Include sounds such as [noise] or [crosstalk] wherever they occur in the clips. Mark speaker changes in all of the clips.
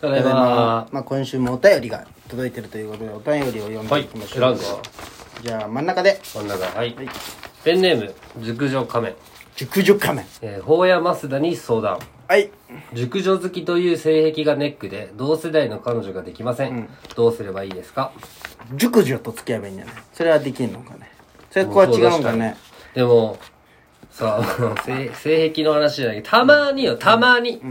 Speaker 1: ただいま
Speaker 2: まあ、今週もお便りが届いてるということでお便りを読ん
Speaker 1: は
Speaker 2: で
Speaker 1: い
Speaker 2: いきまし
Speaker 1: 選
Speaker 2: ょ
Speaker 1: ん
Speaker 2: う、
Speaker 1: だ
Speaker 2: じゃあ真ん中で
Speaker 1: 真ん中はい、ペンネーム熟女仮面
Speaker 2: 熟女仮面
Speaker 1: えー、法や増田に相談
Speaker 2: はい
Speaker 1: 熟女好きという性癖がネックで同世代の彼女ができません、どうすればいいですか
Speaker 2: 熟女と付き合えばいいんじゃないそれはできんのかねそれここは違うんかね
Speaker 1: でもさあ [laughs] 性性癖の話じゃないけどたまによたまに、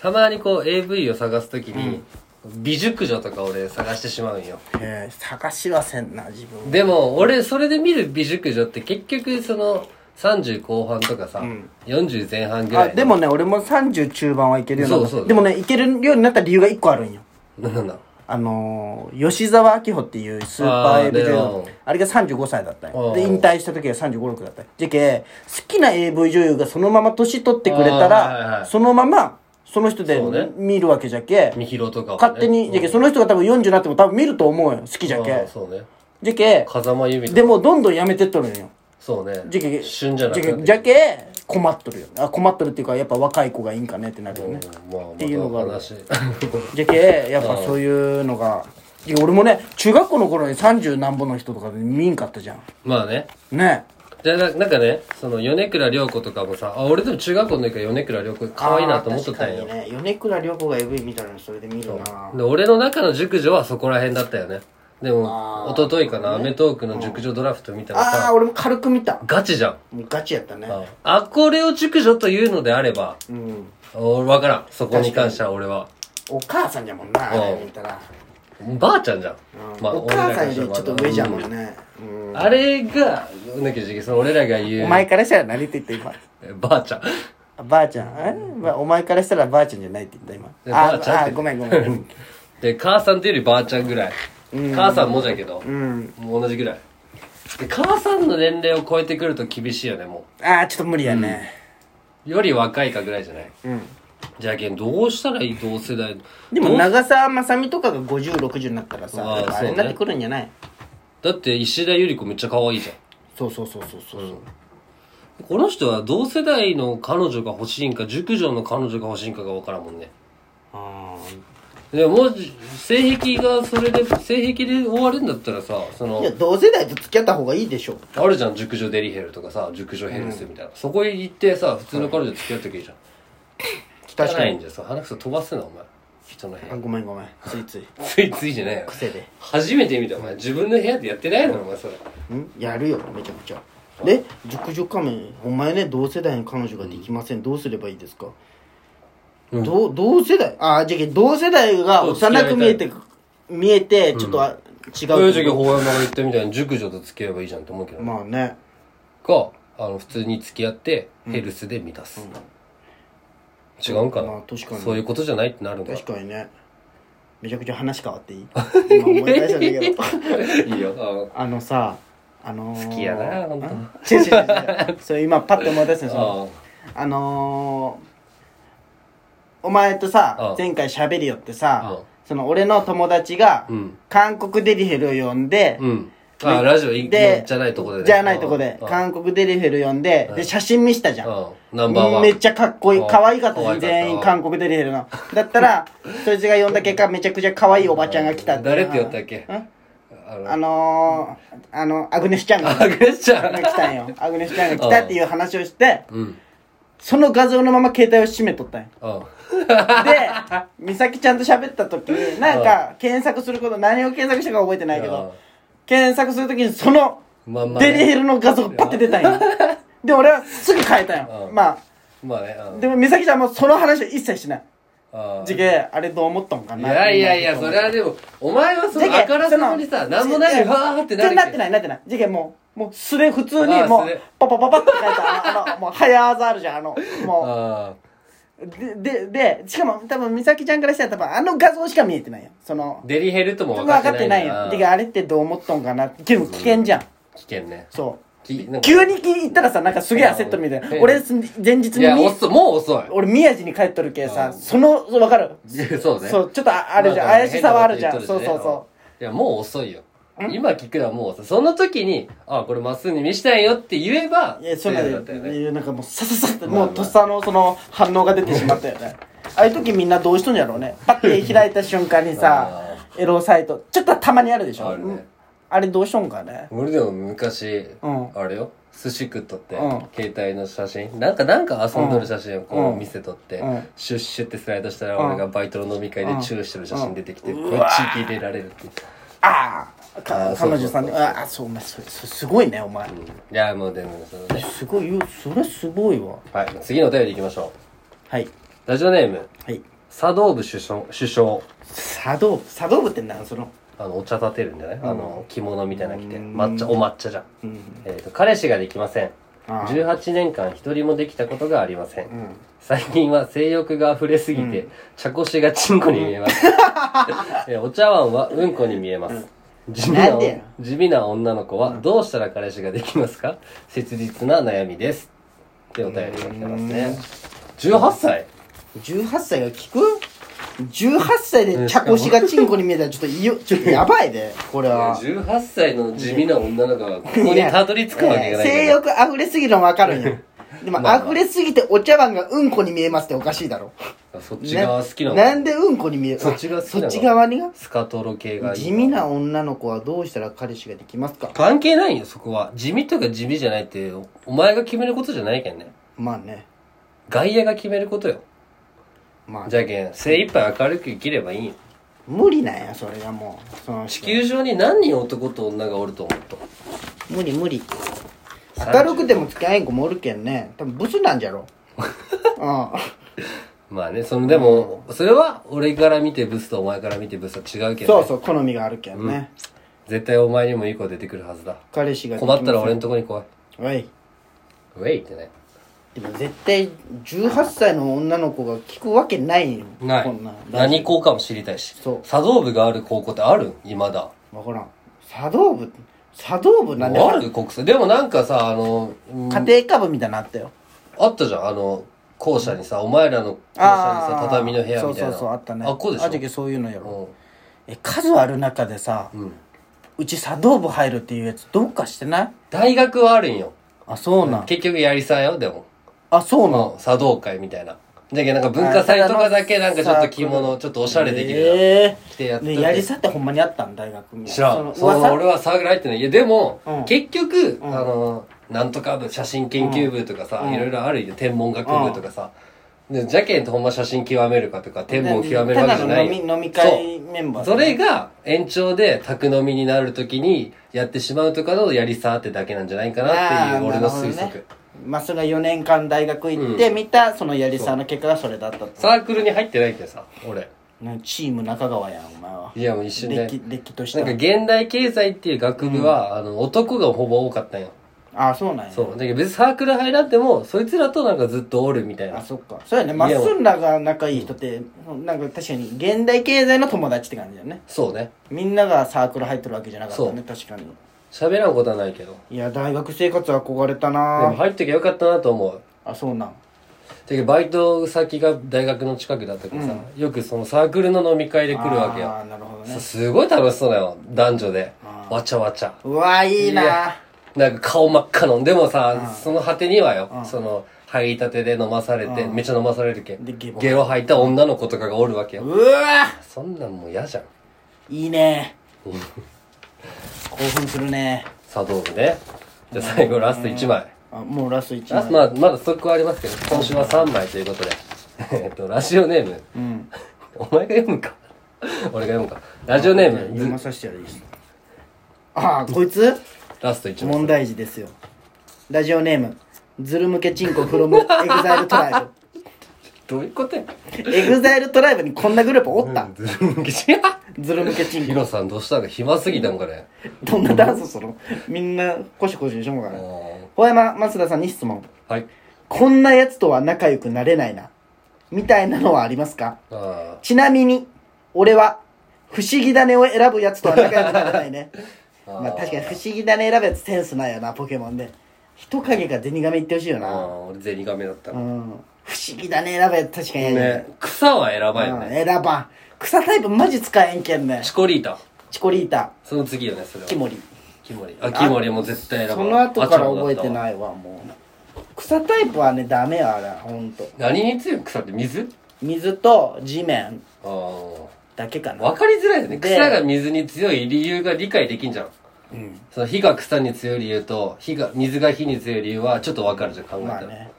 Speaker 1: たまにこう AV を探すときに、美熟女とか俺探してしまうんよ
Speaker 2: へえ探しはせんな自分
Speaker 1: でも俺それで見る美熟女って結局その30後半とかさ、40前半ぐら
Speaker 2: あ
Speaker 1: いの
Speaker 2: でもね俺も30中盤はいけるようになった
Speaker 1: そうそう
Speaker 2: でもねいけるようになった理由が1個あるんよ
Speaker 1: なんなんだ
Speaker 2: あのー吉沢明穂っていうスーパー AV 女優
Speaker 1: あー
Speaker 2: の
Speaker 1: ね
Speaker 2: あれが35歳だったんよで
Speaker 1: あー
Speaker 2: 引退した時は3 5 6だったんよじゃけ好きな AV 女優がそのまま年取ってくれたら、
Speaker 1: あーはいはい
Speaker 2: そのままその人で
Speaker 1: そうね
Speaker 2: 見るわけじゃけ、
Speaker 1: みひろとかは、ね、
Speaker 2: 勝手に、じゃけその人が多分40になっても多分見ると思うよ好きじゃ
Speaker 1: あ
Speaker 2: け
Speaker 1: ーそうね
Speaker 2: じゃけ
Speaker 1: 風間由美とか
Speaker 2: でもどんどんやめてっとるんよ
Speaker 1: そうね
Speaker 2: じゃけ
Speaker 1: 旬じゃなくなって
Speaker 2: じゃけ困っとるよあ困っとるっていうかやっぱ若い子がいいんかねってなるよね
Speaker 1: まあま
Speaker 2: ていうのがある
Speaker 1: た話 [laughs]
Speaker 2: じゃけやっぱそういうのがいや俺もね中学校の頃に30何本の人とかで見んかったじゃん
Speaker 1: まあね
Speaker 2: ね
Speaker 1: じゃあななんかねその米倉涼子とかもさあ俺でも中学校の時から米倉涼子可愛いなと思っとったんよ、
Speaker 2: あー確かにね米倉涼子が AV 見たのにそれで見るな
Speaker 1: で俺の中の熟女はそこら辺だったよねでも
Speaker 2: あー
Speaker 1: 一昨日かな『アメトーーク』の熟女ドラフト見たら
Speaker 2: ああ
Speaker 1: さ
Speaker 2: 俺も軽く見た
Speaker 1: ガチじゃん
Speaker 2: もうガチやったね
Speaker 1: あこれを熟女というのであれば
Speaker 2: うん
Speaker 1: 俺分からんそこに関しては俺は
Speaker 2: お母さんじゃもんなあれ見たら
Speaker 1: ばあちゃんじゃん、
Speaker 2: うん
Speaker 1: まあ
Speaker 2: お母さんよりち
Speaker 1: 俺らからし
Speaker 2: ょっ
Speaker 1: た
Speaker 2: と
Speaker 1: ら
Speaker 2: 上じゃもんねうん
Speaker 1: あれがなんかその俺らが言う
Speaker 2: お前からしたら何って言った今
Speaker 1: えばあちゃん
Speaker 2: あばあちゃんえばお前からしたらばあちゃんじゃないって言った
Speaker 1: え
Speaker 2: 今あ
Speaker 1: ばあちゃんって
Speaker 2: あごめんご
Speaker 1: [laughs]
Speaker 2: めん
Speaker 1: で母さんっていうよりばあちゃんぐらい母さんもじゃけど、
Speaker 2: うん
Speaker 1: もう同じぐらいで母さんの年齢を超えてくると厳しいよねも
Speaker 2: ああちょっと無理やね
Speaker 1: うより若いかぐらいじゃない
Speaker 2: うん
Speaker 1: じゃけんどうしたらいい同世代
Speaker 2: でも
Speaker 1: どう
Speaker 2: 長澤まさみとかが5060になったらさ
Speaker 1: あー
Speaker 2: やっぱあ
Speaker 1: そう
Speaker 2: れ
Speaker 1: ね
Speaker 2: になってくるんじゃない
Speaker 1: だって石田ゆり子めっちゃ可愛いじゃん
Speaker 2: そうそうそうそうそうそう
Speaker 1: この人は同世代の彼女が欲しいんか熟女の彼女が欲しいんかが分からんもんね
Speaker 2: あ
Speaker 1: でももし性癖がそれで性癖で終わるんだったらさそ
Speaker 2: ー
Speaker 1: の
Speaker 2: いや同世代と付き合った方がいいでしょ
Speaker 1: あるじゃん熟女デリヘルとかさ熟女ヘルスみたいな、そこへ行ってさ普通の彼女と付き合ってきゃいいじゃん
Speaker 2: 確か
Speaker 1: 汚い
Speaker 2: に
Speaker 1: んじゃさ鼻くそ飛ばすなお前人の部
Speaker 2: あ
Speaker 1: 屋
Speaker 2: ごめんごめんついつい
Speaker 1: ついついじゃねえよ
Speaker 2: 癖で
Speaker 1: 初めて見たお前自分の部屋でやってないのお前それ
Speaker 2: んやるよめちゃくちゃで熟女仮面お前ね同世代に彼女ができません、どうすればいいですか、
Speaker 1: うん
Speaker 2: どう同世代あじゃあ同世代が幼く見えて見えてちょっと、あ違う
Speaker 1: そういう
Speaker 2: け
Speaker 1: 時
Speaker 2: ど
Speaker 1: 法山が言ったみたいに熟女と付き合えばいいじゃんって思うけど、
Speaker 2: まあね
Speaker 1: かあの普通に付き合ってヘルスで満たす、違うんかな、
Speaker 2: まあ確かに
Speaker 1: そういうことじゃないってなるんだ
Speaker 2: 確かにねめちゃくちゃ話変わっていい今思い出したんだけど
Speaker 1: いいよ
Speaker 2: あのさあのー、
Speaker 1: 好きやなほんと
Speaker 2: あ違う違う違うそう今パッと思い出した
Speaker 1: [laughs] あ [laughs]
Speaker 2: んですよ
Speaker 1: あ
Speaker 2: あのー、お前とさ
Speaker 1: うん
Speaker 2: 前回喋りよってさ
Speaker 1: うん
Speaker 2: その俺の友達が
Speaker 1: うん
Speaker 2: 韓国デリヘルを呼んで、
Speaker 1: うんああラジオい
Speaker 2: で
Speaker 1: じゃないとこでね
Speaker 2: じゃないとこで
Speaker 1: うんうん
Speaker 2: 韓国デリヘル呼んでで写真見したじゃん
Speaker 1: うんナンバーワン
Speaker 2: めっちゃかっこいい
Speaker 1: うん
Speaker 2: 可愛かっ
Speaker 1: 可
Speaker 2: たし
Speaker 1: 愛かった
Speaker 2: 全員韓国デリヘルのだった
Speaker 1: [laughs]
Speaker 2: らそいつが呼んだ結果めちゃくちゃ可愛いおばちゃんが来たって
Speaker 1: 誰って呼んだっけ
Speaker 2: ん
Speaker 1: あの
Speaker 2: あのー、あのアグネスち
Speaker 1: [laughs]
Speaker 2: ゃんが
Speaker 1: あぐれちゃん
Speaker 2: 来たんよアグネスちゃんが来たっていう話をして
Speaker 1: うん
Speaker 2: その画像のまま携帯を閉めとったんよ
Speaker 1: うん [laughs]
Speaker 2: で、美咲ちゃんと喋った時に、なんか、検索すること、何を検索したか覚えてないけ
Speaker 1: うん
Speaker 2: ど、検索するときにその、
Speaker 1: まんま
Speaker 2: デリヘ
Speaker 1: ね
Speaker 2: ルの画像がパッて出た
Speaker 1: [laughs]
Speaker 2: んよ。で、俺はすぐ変えたんよ。
Speaker 1: うん
Speaker 2: ま
Speaker 1: まあねう
Speaker 2: あ、
Speaker 1: ん
Speaker 2: でも美咲ちゃんもその話は一切しない。
Speaker 1: ああ
Speaker 2: じけ、あれどう思ったんか
Speaker 1: い
Speaker 2: な。
Speaker 1: やいやいや、それはでも、お前はその、あからさまにさ、なんもない、わーってなるけど
Speaker 2: なってない、なってない。じけ、もう、もう素で普通に
Speaker 1: あー
Speaker 2: も
Speaker 1: 素
Speaker 2: う
Speaker 1: で、
Speaker 2: パパパパって書いた、あの、あのもう、早技あるじゃん、あの、も
Speaker 1: あ
Speaker 2: う、で、で、で、しかも多分美咲ちゃんからしたら多分あの画像しか見えてないよ。その
Speaker 1: あ、、デリヘルとも
Speaker 2: 分
Speaker 1: 分
Speaker 2: か
Speaker 1: か
Speaker 2: っ
Speaker 1: ってて
Speaker 2: な
Speaker 1: ないい
Speaker 2: よ
Speaker 1: な。
Speaker 2: てかあれってどう思っとんかなでも危険じゃん
Speaker 1: 危険ね。
Speaker 2: そ
Speaker 1: き
Speaker 2: う急に行ったらさなんかすげえ焦っとるみたいな
Speaker 1: うん
Speaker 2: 俺す前日
Speaker 1: い
Speaker 2: に
Speaker 1: や、
Speaker 2: み
Speaker 1: 遅い、もう遅い。
Speaker 2: 俺宮地に帰っとるけさ
Speaker 1: うん
Speaker 2: その分かる
Speaker 1: いや [laughs] そうね。
Speaker 2: そうちょっとああるじゃん
Speaker 1: なんか
Speaker 2: 怪しさはあるじゃん
Speaker 1: 変なこ
Speaker 2: そ
Speaker 1: と
Speaker 2: う
Speaker 1: 言っ
Speaker 2: そう
Speaker 1: と
Speaker 2: そ
Speaker 1: るしねいや、もう遅いよ。今聞くのはもう遅い。その時に、あ、これまっすぐに見したいよって言えば、
Speaker 2: ういやそん
Speaker 1: セ
Speaker 2: な
Speaker 1: ーフだったよね。
Speaker 2: んなんかもうさささって
Speaker 1: まあまあ
Speaker 2: もうとっさのその反応が出てしまったよねああいう時みんなどうしとんやろうねパッて開いた瞬間にさエロサイトちょっとたまにあるでしょ
Speaker 1: あるね
Speaker 2: あれどうしとんかね
Speaker 1: 俺でも昔、
Speaker 2: うん
Speaker 1: あれよ寿司食っとって、
Speaker 2: うん
Speaker 1: 携帯の写真なんかなんか遊んどる写真をこう見せとって、
Speaker 2: うん
Speaker 1: シュッシュってスライドしたら
Speaker 2: うん
Speaker 1: 俺がバイトの飲み会でチューしてる写真出てきて、
Speaker 2: うん
Speaker 1: こっち聞いてられるっていう
Speaker 2: ああ
Speaker 1: あ
Speaker 2: か
Speaker 1: ー
Speaker 2: 彼女さん
Speaker 1: そうそう
Speaker 2: に
Speaker 1: そう
Speaker 2: ああそうお前それそれすごいねお前
Speaker 1: いやもうでもそのね
Speaker 2: すごいよそれすごいわ
Speaker 1: はい次のお便りいきましょ
Speaker 2: はい。
Speaker 1: うラジオネーム
Speaker 2: はい。
Speaker 1: 茶道部首相首相
Speaker 2: 茶道部。茶道部ってなんその。
Speaker 1: あのお茶立てるんじゃない、あの着物みたいなの着て
Speaker 2: うん
Speaker 1: 抹茶お抹茶じゃん、
Speaker 2: うん。
Speaker 1: えー、と彼氏ができません
Speaker 2: ああ
Speaker 1: 18年間一人もできたことがありません、最近は性欲が溢れすぎて、茶こしがチンコに見え
Speaker 2: [laughs]
Speaker 1: ます、えーお茶碗はうんこに見えます、地味
Speaker 2: な
Speaker 1: なん
Speaker 2: でよ
Speaker 1: 地味な女の子はどうしたら彼氏ができますか切実な悩みですってお便りが来てますね18歳
Speaker 2: 18歳が聞く ?18 歳で茶こしがチンコに見えたらちょっといよ、ちょっとやばいで、これは。
Speaker 1: 18歳の地味な女の子がここにたどり着くわけがない
Speaker 2: 性
Speaker 1: から
Speaker 2: 欲溢れすぎるの分か
Speaker 1: [laughs]
Speaker 2: るんよ。でも、
Speaker 1: まあまあ
Speaker 2: 溢れすぎてお茶碗がうんこに見えますっておかしいだろ。
Speaker 1: そっち側好きなの、
Speaker 2: ねなんでうんこに見える
Speaker 1: そっち側好きな
Speaker 2: そ
Speaker 1: の
Speaker 2: っち側にが
Speaker 1: スカトロ系がいい
Speaker 2: 地味な女の子はどうしたら彼氏ができますか
Speaker 1: 関係ないよそこは地味とか地味じゃないっておお前が決めることじゃないけんね
Speaker 2: まあね。
Speaker 1: 外野が決めることよ
Speaker 2: まあ
Speaker 1: じ、ゃけん精一杯明るく生きればいいんよ
Speaker 2: 無理なんや、それがもう。その
Speaker 1: 地球上に何人男と女がおると思うと
Speaker 2: 無理無理明るくても付き合えん子もおるけんね多分ブスなんじ
Speaker 1: [laughs]
Speaker 2: ゃろう
Speaker 1: まあねそのでもそれは俺から見てブスとお前から見てブスは違うけ
Speaker 2: ん
Speaker 1: ど、
Speaker 2: そう
Speaker 1: ね、
Speaker 2: そう好みがあるけんね、
Speaker 1: 絶対お前にもいい子出てくるはずだ
Speaker 2: 彼氏ができま
Speaker 1: 困
Speaker 2: せん
Speaker 1: ったら俺のとこに来い
Speaker 2: おい
Speaker 1: ウェイってね
Speaker 2: でも絶対18歳の女の子が聞くわけないよ
Speaker 1: ない
Speaker 2: こんなん
Speaker 1: 何校かも知りたいし
Speaker 2: そう
Speaker 1: 茶道部がある高校ってあるいまだ
Speaker 2: 分からん茶道部茶道部なんで
Speaker 1: ある国際でもなんかさあのうん
Speaker 2: 家庭科部みたいなのあったよ
Speaker 1: あったじゃんあの校舎にさお前らの校舎にさ
Speaker 2: ー
Speaker 1: 畳の部屋みたいな
Speaker 2: そうそうそうあったね
Speaker 1: あっこうでし
Speaker 2: あじゃけ
Speaker 1: ょ
Speaker 2: そういうのやろ
Speaker 1: うん
Speaker 2: え数ある中でさ、うち茶道部入るっていうやつどうかしてない
Speaker 1: 大学はあるんよ
Speaker 2: あそうなん
Speaker 1: 結局やりさんよでも
Speaker 2: あそうなん
Speaker 1: うん茶道会みたいなじゃけなんか文化祭とかだけなんかちょっと着物ちょっとおしゃれできるやん
Speaker 2: ええ
Speaker 1: 着てやったって
Speaker 2: ねやりさってほんまにあったん大学に
Speaker 1: 知らん
Speaker 2: そ
Speaker 1: そ
Speaker 2: の
Speaker 1: う
Speaker 2: 噂
Speaker 1: 俺はサークル入ってないいやでも、
Speaker 2: うん
Speaker 1: 結局、あのなんとか部写真研究部とかさ、いろいろあるよ天文学部とかさ、でじゃけんとほんま写真極めるかとか天文極めるわけじゃないよ
Speaker 2: ただの飲み飲み会メンバー
Speaker 1: そうそれが延長で宅飲みになるときにやってしまうとかのやりさってだけなんじゃないかなっていう俺の推
Speaker 2: あーなる
Speaker 1: 測、
Speaker 2: ほどねまあそれが4年間大学行ってみた、そのやりさの結果がそれだったと
Speaker 1: サークルに入ってないけどさ俺
Speaker 2: ねチーム中川やんお前はい
Speaker 1: やもう一瞬で
Speaker 2: 歴歴とし
Speaker 1: なんか
Speaker 2: て
Speaker 1: 現代経済っていう学部は、あの男がほぼ多かったんよ
Speaker 2: ああそうなんや
Speaker 1: そう。だけど別にサークル入らんでも、そいつらとなんかずっとおるみたい
Speaker 2: あ
Speaker 1: な。
Speaker 2: そっかそうやねまっすんらが仲いい人ってなんか確かに現代経済の友達って感じだよね
Speaker 1: そうね。
Speaker 2: みんながサークル入ってるわけじゃなかったね確かに
Speaker 1: 喋らんことはないけど。で
Speaker 2: いや大学生活憧れた
Speaker 1: も
Speaker 2: な
Speaker 1: 入っときゃよかったなと思う。
Speaker 2: あそうなん
Speaker 1: だけどバイト先が大学の近くだったからさ、よくそのサークルの飲み会で来るわけ
Speaker 2: あ
Speaker 1: よ。
Speaker 2: あなるほど
Speaker 1: そう
Speaker 2: ね
Speaker 1: すごい楽しそうだよ。男女で。わちゃわちゃ。
Speaker 2: うわいいな
Speaker 1: なんか顔真っ赤の。でもさ、その果てにはよ、その、入りたてで飲まされて、めっちゃ飲まされるけん。
Speaker 2: でゲボ
Speaker 1: ゲロ吐いた女の子とかがおるわけ
Speaker 2: う
Speaker 1: よ。
Speaker 2: わ
Speaker 1: そんなんもう嫌じゃん。
Speaker 2: いいね興奮するね
Speaker 1: 茶道具ね。じゃあ最後ラスト1枚。
Speaker 2: あもうラスト1
Speaker 1: あ
Speaker 2: 枚
Speaker 1: まあ、まだストックはありますけど、今週は3枚ということで。 [laughs] えっと、ラジオネーム。
Speaker 2: うん
Speaker 1: お前が読むか。俺が読むか。ラジオネーム、
Speaker 2: 読まさせてやるいいっすああこいつ
Speaker 1: ラスト1
Speaker 2: 問
Speaker 1: 問。
Speaker 2: 題児ですよラジオネームズル向けチンコフロムエグザイルトラ
Speaker 1: どういうことや
Speaker 2: イブ [laughs] エグザイルトライブにこんなグループおった
Speaker 1: ずるむけち。
Speaker 2: ズル向けチ
Speaker 1: [laughs]
Speaker 2: ン
Speaker 1: ヒ
Speaker 2: コ
Speaker 1: ロさんどうしたんか暇すぎたんかね。
Speaker 2: どんなダンスするのみんなコシコシでしょもから
Speaker 1: あ
Speaker 2: ね
Speaker 1: ー
Speaker 2: 小山松田さんに質問
Speaker 1: はい。
Speaker 2: こんなやつとは仲良くなれないなみたいなのはありますか
Speaker 1: あ
Speaker 2: ちなみに、俺は、不思議種を選ぶやつとは仲良くならないね。
Speaker 1: [laughs] あー
Speaker 2: まあ確かに不思議種選ぶやつセンスないよな、ポケモンで。人影か銭亀言ってほしいよ
Speaker 1: ー
Speaker 2: な。
Speaker 1: あー、俺ゼニガメだった
Speaker 2: うん。不
Speaker 1: な。
Speaker 2: 思議種選ぶやつ確かに嫌じゃん
Speaker 1: ね草は選ばんよね。
Speaker 2: うん選ばん。草タイプマジ使えんけんね
Speaker 1: チ。コリータ。
Speaker 2: チコリータ、
Speaker 1: その次よね、それは
Speaker 2: キ。モリ。
Speaker 1: キモリ。あ、キモリも絶対選ばん。
Speaker 2: その後から覚えて
Speaker 1: い。
Speaker 2: ないわ、もう。草タイプはね、ダメよ、あれ、ほんと。
Speaker 1: 何に強い草って水
Speaker 2: 水と地面
Speaker 1: ああ
Speaker 2: だけかな
Speaker 1: 分かりづらいですね
Speaker 2: で
Speaker 1: 草が水に強い理由が理解できんじゃん、その火が草に強い理由と火が水が火に強い理由はちょっと分かるじゃん考えた
Speaker 2: ま
Speaker 1: ら、
Speaker 2: あね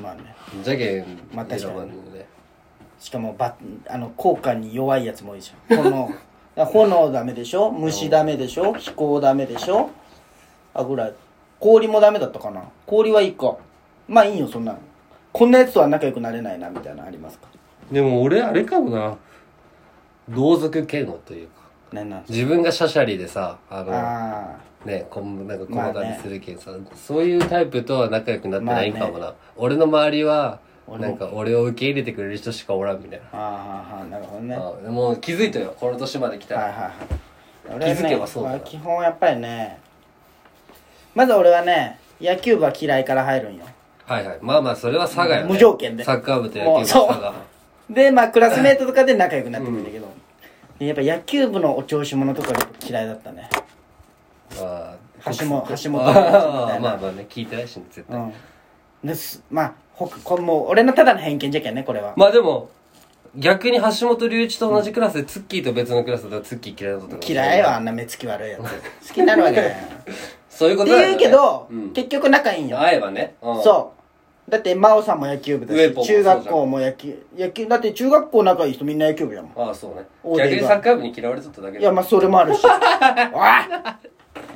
Speaker 2: まあね
Speaker 1: じゃけん
Speaker 2: まあ確かに
Speaker 1: 選ばんので
Speaker 2: しかもばあの効果に弱いやつもいいじゃん炎 [laughs] 炎ダメでしょ虫ダメでしょ飛行ダメでしょあぐらい氷もダメだったかな氷はいいかまあいいよそんなのこんなやつとは仲良くなれないなみたいなのありますか
Speaker 1: でも俺あれかもな同族嫌悪というか
Speaker 2: 何なん
Speaker 1: 自分がシャシャリでさあの
Speaker 2: あ
Speaker 1: ねこんなんか
Speaker 2: まあ
Speaker 1: 小
Speaker 2: ね
Speaker 1: 技にするけんさ、そういうタイプとは仲良くなってないんかもな、
Speaker 2: ま
Speaker 1: 俺の周りは
Speaker 2: 俺も
Speaker 1: なんか俺を受け入れてくれる人しかおらんみたいな
Speaker 2: ああああなるほどねは
Speaker 1: あでも気づいたよこの年まで来
Speaker 2: い
Speaker 1: た
Speaker 2: はい
Speaker 1: ら、
Speaker 2: はい
Speaker 1: 気づけばそうだな
Speaker 2: 俺ねまあ基本やっぱりねまず俺はね野球部は嫌いから入るんよ
Speaker 1: はいはい。まあまあ、それは佐賀よ、ね。
Speaker 2: 無条件で
Speaker 1: サッカー部と野球部
Speaker 2: もう
Speaker 1: は
Speaker 2: そう
Speaker 1: 佐賀。
Speaker 2: でまあクラスメートとかで仲良くなってくるんだけど、でやっぱ野球部のお調子者とかが嫌いだったね
Speaker 1: まあ、
Speaker 2: 橋 [laughs] も橋本
Speaker 1: あ
Speaker 2: た
Speaker 1: あ [laughs]
Speaker 2: い
Speaker 1: ま
Speaker 2: な
Speaker 1: あまあね、聞いてないしね、絶対。
Speaker 2: うんですまあほくこれもう俺のただの偏見じゃけんねこれは、
Speaker 1: まあでも、逆に橋本隆一と同じクラスで、ツッキーと別のクラスだったらツッキー嫌いだったとか。
Speaker 2: 嫌いはあんな目つき悪いやつ好きになるわけだよって
Speaker 1: [laughs] そういうことなんだ、ね、
Speaker 2: 言うけど、
Speaker 1: うん
Speaker 2: 結局仲いいんよ
Speaker 1: 会えばね。うん
Speaker 2: そうだって真央さんも野球部だ
Speaker 1: 上ポン
Speaker 2: し
Speaker 1: もそう
Speaker 2: 中
Speaker 1: じゃん
Speaker 2: 学校も野球野球だって中学校仲いい人みんな野球部やもん
Speaker 1: ああ、そうね
Speaker 2: 大。手が
Speaker 1: 逆にサッカー部に嫌われとっただけ
Speaker 2: いや
Speaker 1: だ。
Speaker 2: まあそれもあ
Speaker 1: [laughs]
Speaker 2: るしおい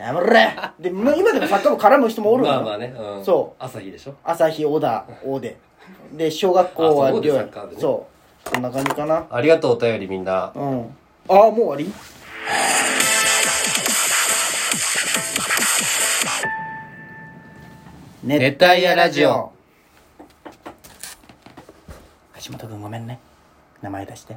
Speaker 2: やめれでも今でもサッカー部絡む人もおる
Speaker 1: ま
Speaker 2: わ
Speaker 1: あまあね。うん。。
Speaker 2: そう
Speaker 1: 朝日でしょ。
Speaker 2: 朝日小田大でで小学校は
Speaker 1: あそうで
Speaker 2: 寮
Speaker 1: サ
Speaker 2: や
Speaker 1: ッカー部ね
Speaker 2: そうこんな感じかな
Speaker 1: ありがとう、お便りみんな。
Speaker 2: うんああもう終わり
Speaker 1: 熱帯夜ラジオ
Speaker 2: 橋本君ごめんね名前出して